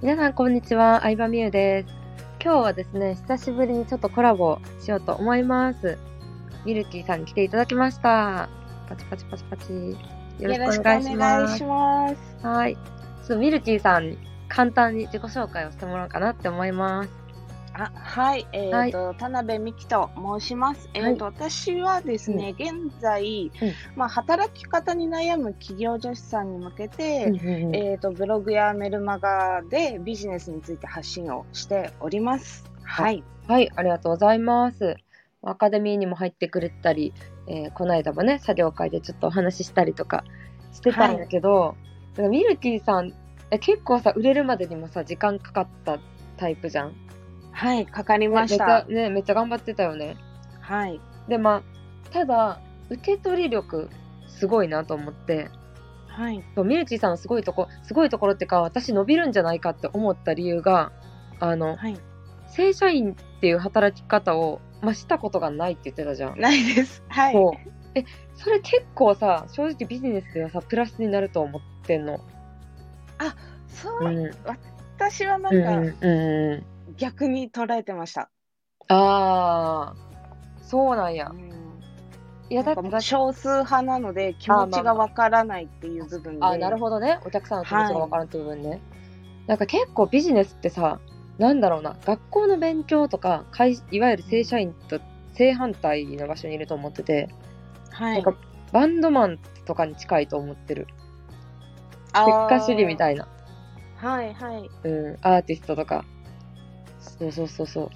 皆さんこんにちは、相葉美優です。今日はですね、久しぶりにちょっとコラボしようと思います。ミルキーさんに来ていただきました。パチパチパチパチ。よろしくお願いしよろます。しくお願いしますはい。ちょっとミルキーさんに簡単に自己紹介をしてもらおうかなって思います。あはい、えっ、と、田辺美希と申します。えっ、と、私はですね、現在、うんまあ働き方に悩む企業女子さんに向けて、ええっ、とブログやメルマガでビジネスについて発信をしております。はい、はい、ありがとうございます。アカデミーにも入ってくれたり、えーこの間もね、作業会でちょっとお話ししたりとかしてたんだけど、だからミルキーさん、え結構さ、売れるまでにもさ、時間かかったタイプじゃん。はい、かかりましめっちたゃ。ね、めっちゃ頑張ってたよね。はい、で、まあ、ただ、受け取り力、すごいなと思って、はい、そうミルキーさんのすごいとこ、すごいところってか、私伸びるんじゃないかって思った理由が、あの、はい、正社員っていう働き方を、まあ、したことがないって言ってたじゃん。ないです。はい、そうえそれ結構さ正直ビジネスではさプラスになると思ってんの。そう、うん、私はなうんかんうん、逆に捉えてました。ああそうなんやう。んいやだなってんかもう少数派なので気持ちがわからないっていう部分で。あなるほどねお客さんの気持ちが分からんって部分ね。なんか結構ビジネスってさなんだろうな学校の勉強とか会いわゆる正社員と正反対の場所にいると思っててはなんかバンドマンとかに近いと思ってるあ結ー果主義みたいな。はいはい。うん、アーティストとかそうそうそうそ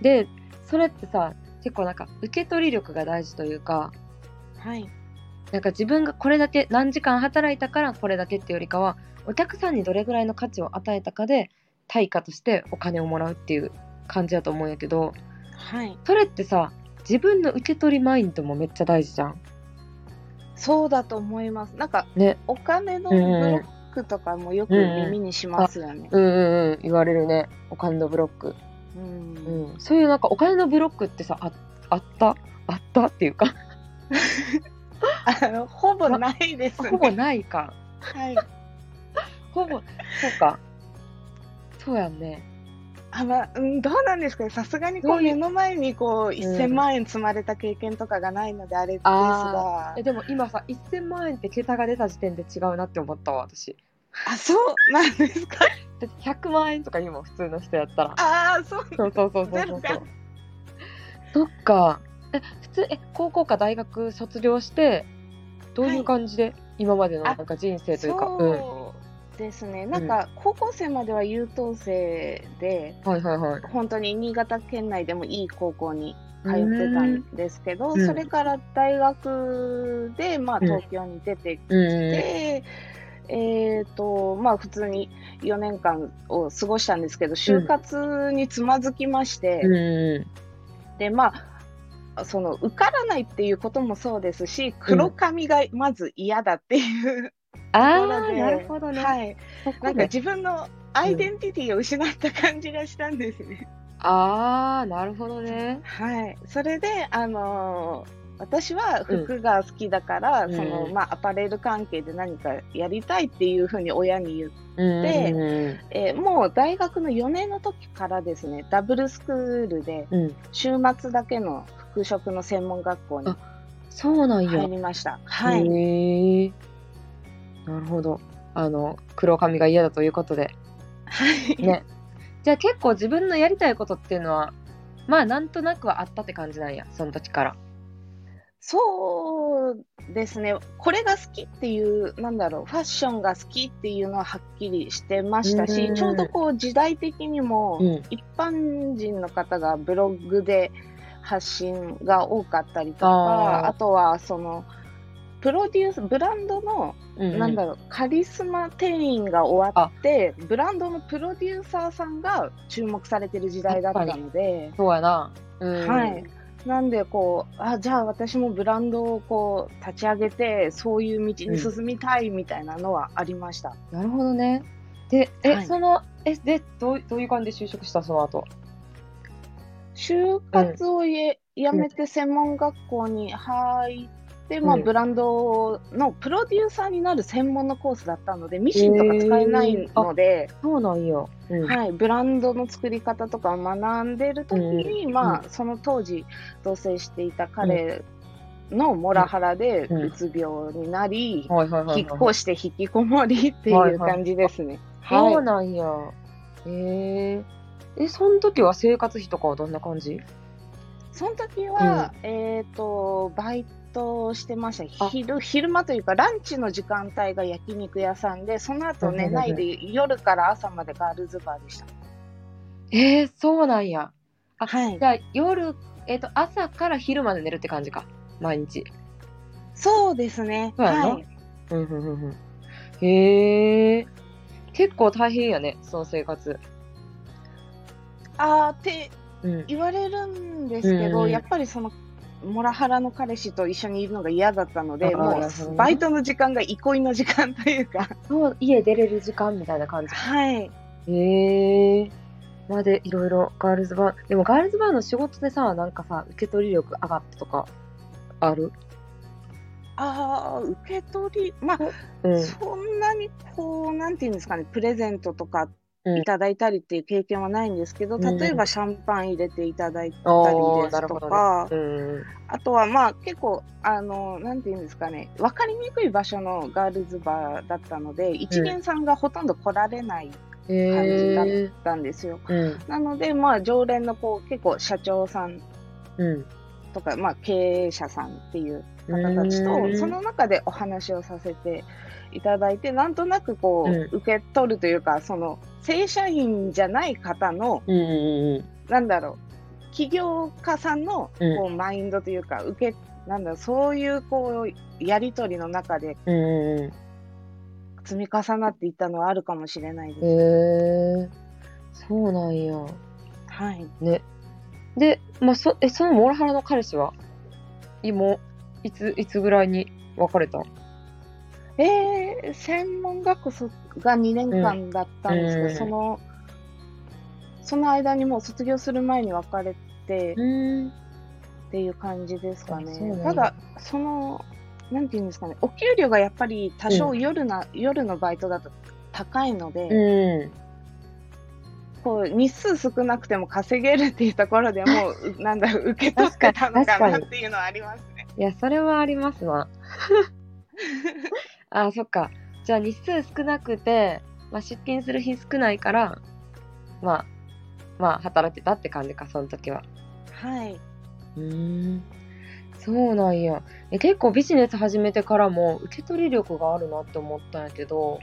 うでそれってさ結構なんか受け取り力が大事というかはい。なんか自分がこれだけ何時間働いたからこれだけっていうよりかはお客さんにどれぐらいの価値を与えたかで対価としてお金をもらうっていう感じだと思うんやけどはい。それってさ自分の受け取りマインドもめっちゃ大事じゃん。そうだと思います。なんか、ねお金のうブんうんロックとかもよく耳にしますよね。うんうんうん言われるねお金のブロック。うんうん、そういうなんかお金のブロックってさああったあったっていうかあのほぼないですね。ほぼないか。はい。ほぼ、そうか。そうやんね。あまあ、うん、どうなんですかね。さすがにこどううい目うの前にこう1000万円積まれた経験とかがないのであれですがあ。えでも今さ、1000万円って桁が出た時点で違うなって思ったわ、私。あ、そうなんですか。だって100万円とか言うもん、普通の人やったら。ああ、そう。そうそうそうそうそうゼロそう。そっか。え、普通、え、高校か大学卒業して、どういう感じで、今までのなんか人生というか、うん。はそうですね、なんか高校生までは優等生で、いはいはい。本当に新潟県内でもいい高校に通ってたんですけど、うんそれから大学で、まあ、うん東京に出てきうんうて、えっ、と、まあ、普通に4年間を過ごしたんですけど、就活につまずきまして、ん。うんで、まあ、その受からないっていうこともそうですし、黒髪がまず嫌だっていう、ああところー、でなるほどね。はい、そこなんでか自分のアイデンティティを失った感じがしたんですね。ああ、なるほどね。はい、それで、あのー私は服が好きだから、うんそのまあ、アパレル関係で何かやりたいっていうふうに親に言う、うんでうえーもう大学の4年の時からですねダブルスクールんでうん。うん。週末だけの服飾の専門学校にそうなんや入。りました。はい、へえ。なるほど。あの黒髪が嫌だということで。はいね。じゃあ結構自分のやりたいことっていうのはまあなんとなくはあったって感じなんやその時から。そうですね、これが好きっていう、なんだろう、ファッションが好きっていうのははっきりしてましたし、うんちょうどこう時代的にも、うん。一般人の方がブログで発信が多かったりとか、あーあとはその、プロデュース、ブランドの、うん、なんだろう、カリスマ店員が終わって、ブランドのプロデューサーさんが注目されてる時代だったので。そうやな。うん。はい。、なんでこうあじゃあ私もブランドをこう立ち上げてそういう道に進みたいみたいなのはありました、なるほどね。でえ、はいそのえでどうどういう感じで就職したその後。就活をややめて専門学校に入っで、まあ、うんブランドのプロデューサーになる専門のコースだったので、ミシンとか使えないので、そうなんよ。うんはい、ブランドの作り方とかを学んでる時に、まあ、その当時同棲していた彼のモラハラでうんうつ病になり、はいはいはいはい。引っ越して引きこもりってはいいうはい感じですね。はいそうなんや。へええ、その時は生活費とかはどんな感じその時は、えっ、と、バイトをしてました。あ昼、昼間というか、ランチの時間帯が焼肉屋さんで、その後寝はないいはいで、夜から朝までガールズバーでした。えー、そうなんや。あはいじ。ゃあ夜、えっ、と、朝から昼まで寝るって感じか。毎日。そうですね。そうやなはい。うんうんうんうん。へえ結構大変やね、その生活。あーってうん。言われるんですけうんど、うんやっぱりその、モラハラの彼氏と一緒にいるのが嫌だったのあで、ーもなるほどねう、バイトの時間が憩いの時間というか、そう、家出れる時間みたいな感じ。はい。へえまでいろいろガールズバー、でもガールズバーの仕事でさ、なんかさ、受け取り力上がったとか、あるああ、受け取り、まあ、うん。そんなにこう、なんていうんですかね、プレゼントとかうんいただいたりっていう経験はないんですけど、うん例えばシャンパン入れていただいたりおでーなするとほどね。か、うん。あとはまあ結構、あの、なんていうんですかね、わかりにくい場所のガールズバーだったので、一元さんがほとんど来られないへ感えたんですよ。うん。なので、まあ常連のこう、結構社長さんうん。とか、まあ経営者さんっていうう方たちーとんその中でお話をさせていただいてなんとなくこう、う受け取るというかその正社員じゃない方のうんうんうんなんだろう起業家さんのうんこう、マインドというか受けなんだろうそういうこうやり取りの中でうんうんうん積み重なっていったのはあるかもしれないです。へえそうなんやはい、ねで、まあ、そえそのモラハラの彼氏は今いついつぐらいに別れたんえー専門学校卒が2年間だったんですけど、うんそのその間にもう卒業する前に別れて。うんっていう感じですかあそうなんだね。ただ、その、なんていうんですかね、お給料がやっぱり多う少夜な、夜のバイトだと高いので、うこう日数少なくても稼げるっていうところで もう、うなんだろう、受け取っ確かてにたのか確かなっにていうのはありますね。んいやそれはあります なあそっかじゃあ日数少なくて、まあ、出勤する日少ないからまあまあ働いてたって感じかその時ははい。うーんそうなんやえ結構ビジネス始めてからも受け取り力があるなって思ったんやけど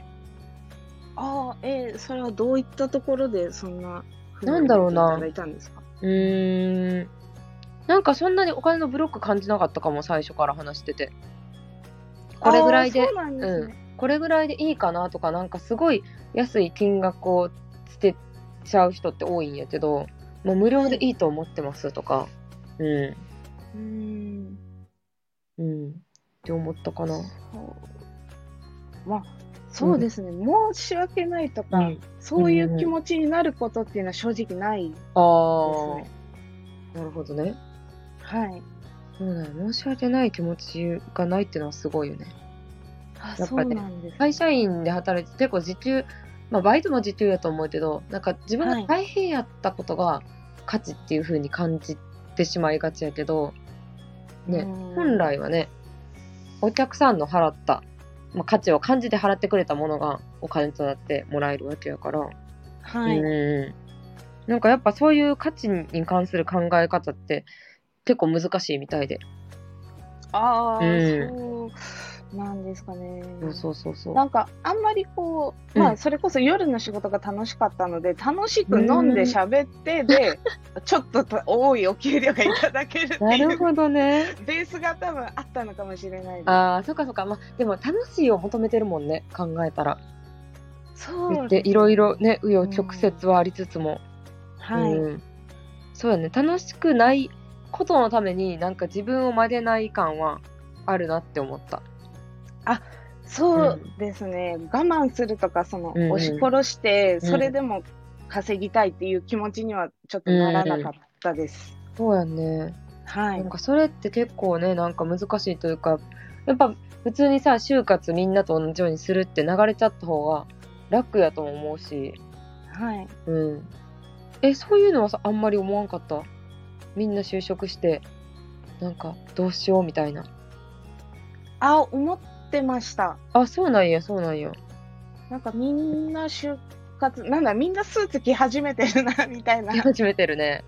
ああ、えーそれはどういったところでそんな風になんだろうな思っていただいたんですかうーんなんかそんなにお金のブロック感じなかったかも最初から話しててこれぐらいあでーそうなんですね。これぐらいでいいかなとかなんかすごい安い金額を捨てちゃう人って多いんやけどもう無料でいいと思ってますとかううーんんうんって思ったかな。そうまあ、そうですね、申し訳ないとか、うんそういう気持ちになることっていうのは正直ないですあーね。なるほどね。はい。そうだよ申し訳ない気持ちがないっていうのはすごいよね。あ、やっそぱうねなんです、会社員で働いて結構時給、まあ、バイトも時給やと思うけどなんか自分はがい大変やったことが価値っていう風に感じてしまいがちやけど、ねうん本来はねお客さんの払った、まあ、価値を感じて払ってくれたものがお金となってもらえるわけやから、はうんい。うんなんかやっぱそういう価値に関する考え方って結構難しいみたいで、ああ、うんそうなんですかね。そうそうそうそうなんか、あんまりこうう、んまあ、それこそ夜の仕事が楽しかったので、楽しく飲んで喋って、 で、ちょっとと多いお給料がいただけるってないるう、ほどね。ベースが多分あったのかもしれないでああ、そっかそっか。まあ、でも楽しいを求めてるもんね、考えたら。す。そう言っでてす、いろいろね、紆余曲折はありつつも。はい。うんそうやね、楽しくないことのために、なんか自分を曲げない感はあるなって思った。そうですね、我慢するとか、その、うんうん押し殺して、んそれでも稼ぎたいっていう気持ちにはちょっとならなかったです。そうやね。はなんい。かそれって結構ねなんか難しいというかやっぱ普通にさ就活みんなと同じようにするって流れちゃった方が楽やとも思うし、はい。うん、えそういうのはさあんまり思わんかったみんな就職してなんかどうしようみたいなあ、思ってました。あそうなんやそう なんやなんかみんな就活、なんだ、みんなスーツ着始めてるな、みたいなやり始めてるね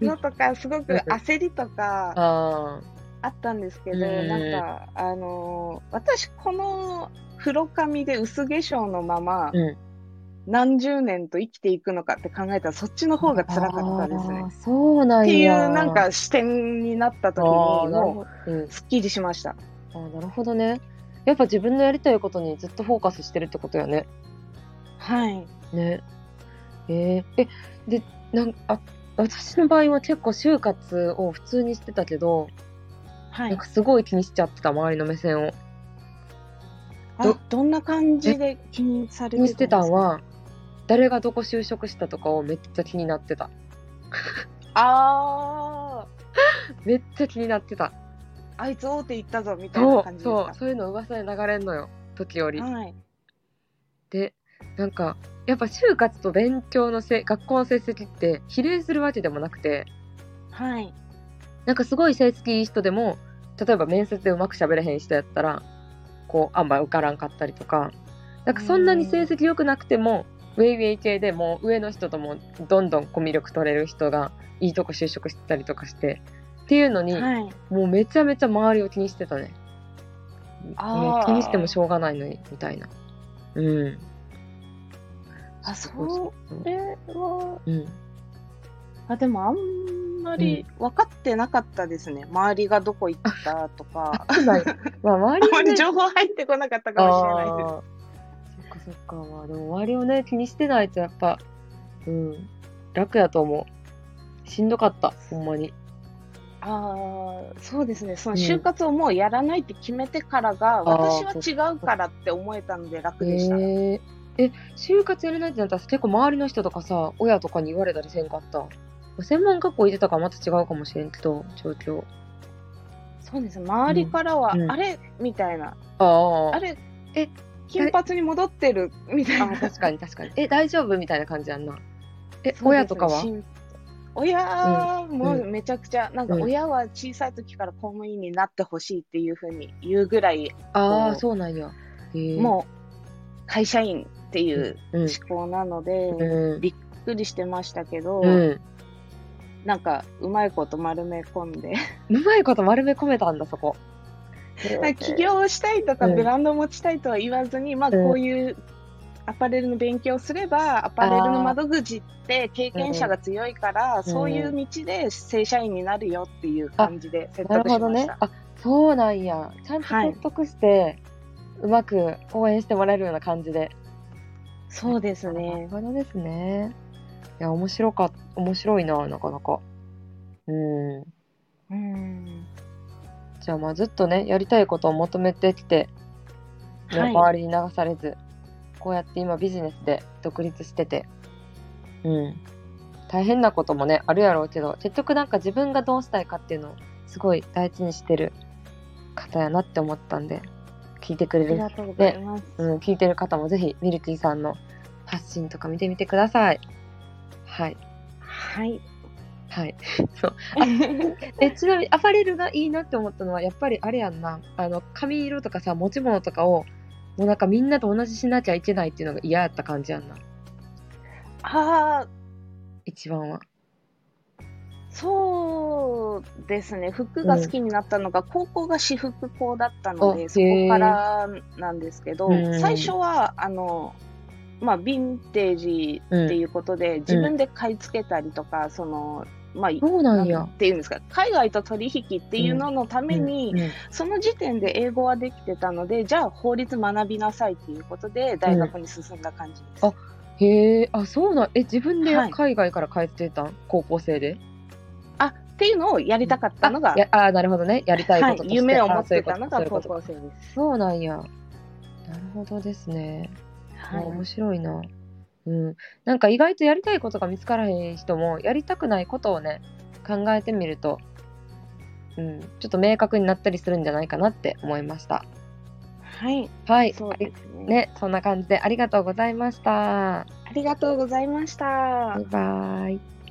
のとか、すごくうん焦り とかああったんですけど、うんなんか、あのー私、この黒髪で薄化粧のままー、うん何十年と生きていくのかって考えたら、そっちの方が辛かったですねあ。ーそうなっんやていうなんか視点になった時にあーなるもほど、うんうすっきりしました。あーなるほどねやっぱ自分のやりたいことにずっとフォーカスしてるってことよねはい。ねえーえでなんあ私の場合は結構就活を普通にしてたけど、はなんいか。すごい気にしちゃってた周りの目線をどあどんな感じで気にされ気てにしてたんですんかは誰がどこ就職したとかをめっちゃ気にな ってたあめっちゃ気になってたーあいつ大手行ったぞみたいそな感うじですそうかそういうの噂で流れんのよ時折はいでなんかやっぱ就活と勉強のせ学校の成績って比例するわけでもなくてはいなんかすごい成績いい人でも例えば面接でうまく喋れへん人やったらこうあんま受からんかったりとかなんかそんなに成績良くなくてもウェイウェイ系でもう上の人ともどんどんコミュ力取れる人がいいとこ就職してたりとかしてっていうのに、はい。もうめちゃめちゃ周りを気にしてたねもあうー気にしてもしょうがないのにみたいなうんあそれはうんあでもあんまり分かってなかったですね。周りがどこ行ったとか。そうなんやまあ周 あんりまはねり情報入ってこなかったかもしれないです。あーそっかそっか、まあ、でも周りをね気にしてないとやっぱうん楽やと思うしんどかったほんまにああ、そうですね。そのうん就活をもうやらないって決めてからが、ー私は違うからって思えたので楽えでした。ー、え就活やれないってなったら結構周りの人とかさ親とかに言われたりせんかったまあ専門学校行ってたからまた違うかもしれんけど状況そうですね。周りからは、うんうんあれみたいな、ああれえ金髪に戻ってるみたいあな。ー確かに確かにえ大丈夫みたいな感じやんなえ、そうですね親とかは心親はもううんめちゃくちゃ、なんかうん親は小さい時から公務員になってほしいっていうふうに言うぐらい、あこあうそうなんや、えー、もう会社員っていううん思考なので、びっうんくりしてましたけど、うんなんかうまいこと丸め込んでうまいこと丸め込めたんだそこまあ起業をしたいとかうんブランドを持ちたいとは言わずに、まあ、うんこういうアパレルの勉強をすればアパレルの窓口って経験者が強いから、そういう道で正社員になるよっていう感じで説な得るしほどましねた。。あ、そうなんや。ちゃんとはい説得して、うまく応援してもらえるような感じで。そうですね。なるほどですね。いや、面白か、面白いな、なかなか。うん。うんじゃあ、まあ、ずっとね、やりたいことを求めてきて、ねはい、周りに流されず、こうやって今ビジネスで独立してて、うん。大変なこともね、あるやろうけど、結局なんか自分がどうしたいかっていうのを、すごい大事にしてる方やなって思ったんで、聞いてくれありるがとうございます。うん、聞いてる方もぜひミルキーさんの発信とか見てみてください。はい。はい。はい。そう。え、ちなみにアパレルがいいなって思ったのは、やっぱりあれやんな。あの、髪色とかさ、持ち物とかを、もうなんかみんなと同じしなきゃいけないっていうのが嫌やった感じやんな。 ああ、一番は。そうですね。服が好きになったのが、高校が私服校だったのあで、そこからなんですけどう、ん最初は、あの、まあ、ヴィンテージっていうことで、自分で買い付けたりとか、その、まあ、そうなんなやん。ていうんですか、海外と取引っていうののために、うんうんその時点で英語はできてたので、じゃあ法律学びなさいっていうことで、大学に進んだ感じです。あへえ、あ、そうなん。え、自分ではい海外から帰ってたん、高校生で。あっていうのをやりたかったのが、いやあー、なるほどね。やりたいはこいととして、夢を持あってたそのうがいうこ高とそういうこと校生です。そうなんや。なるほどですね。はあい面白いな。うん、なんか意外とやりたいことが見つからへん人もやりたくないことをね考えてみるとうん、ちょっと明確になったりするんじゃないかなって思いました。はい、はい、そうですねね、そんな感じでありがとうございました。ありがとうございましバた。イバイ。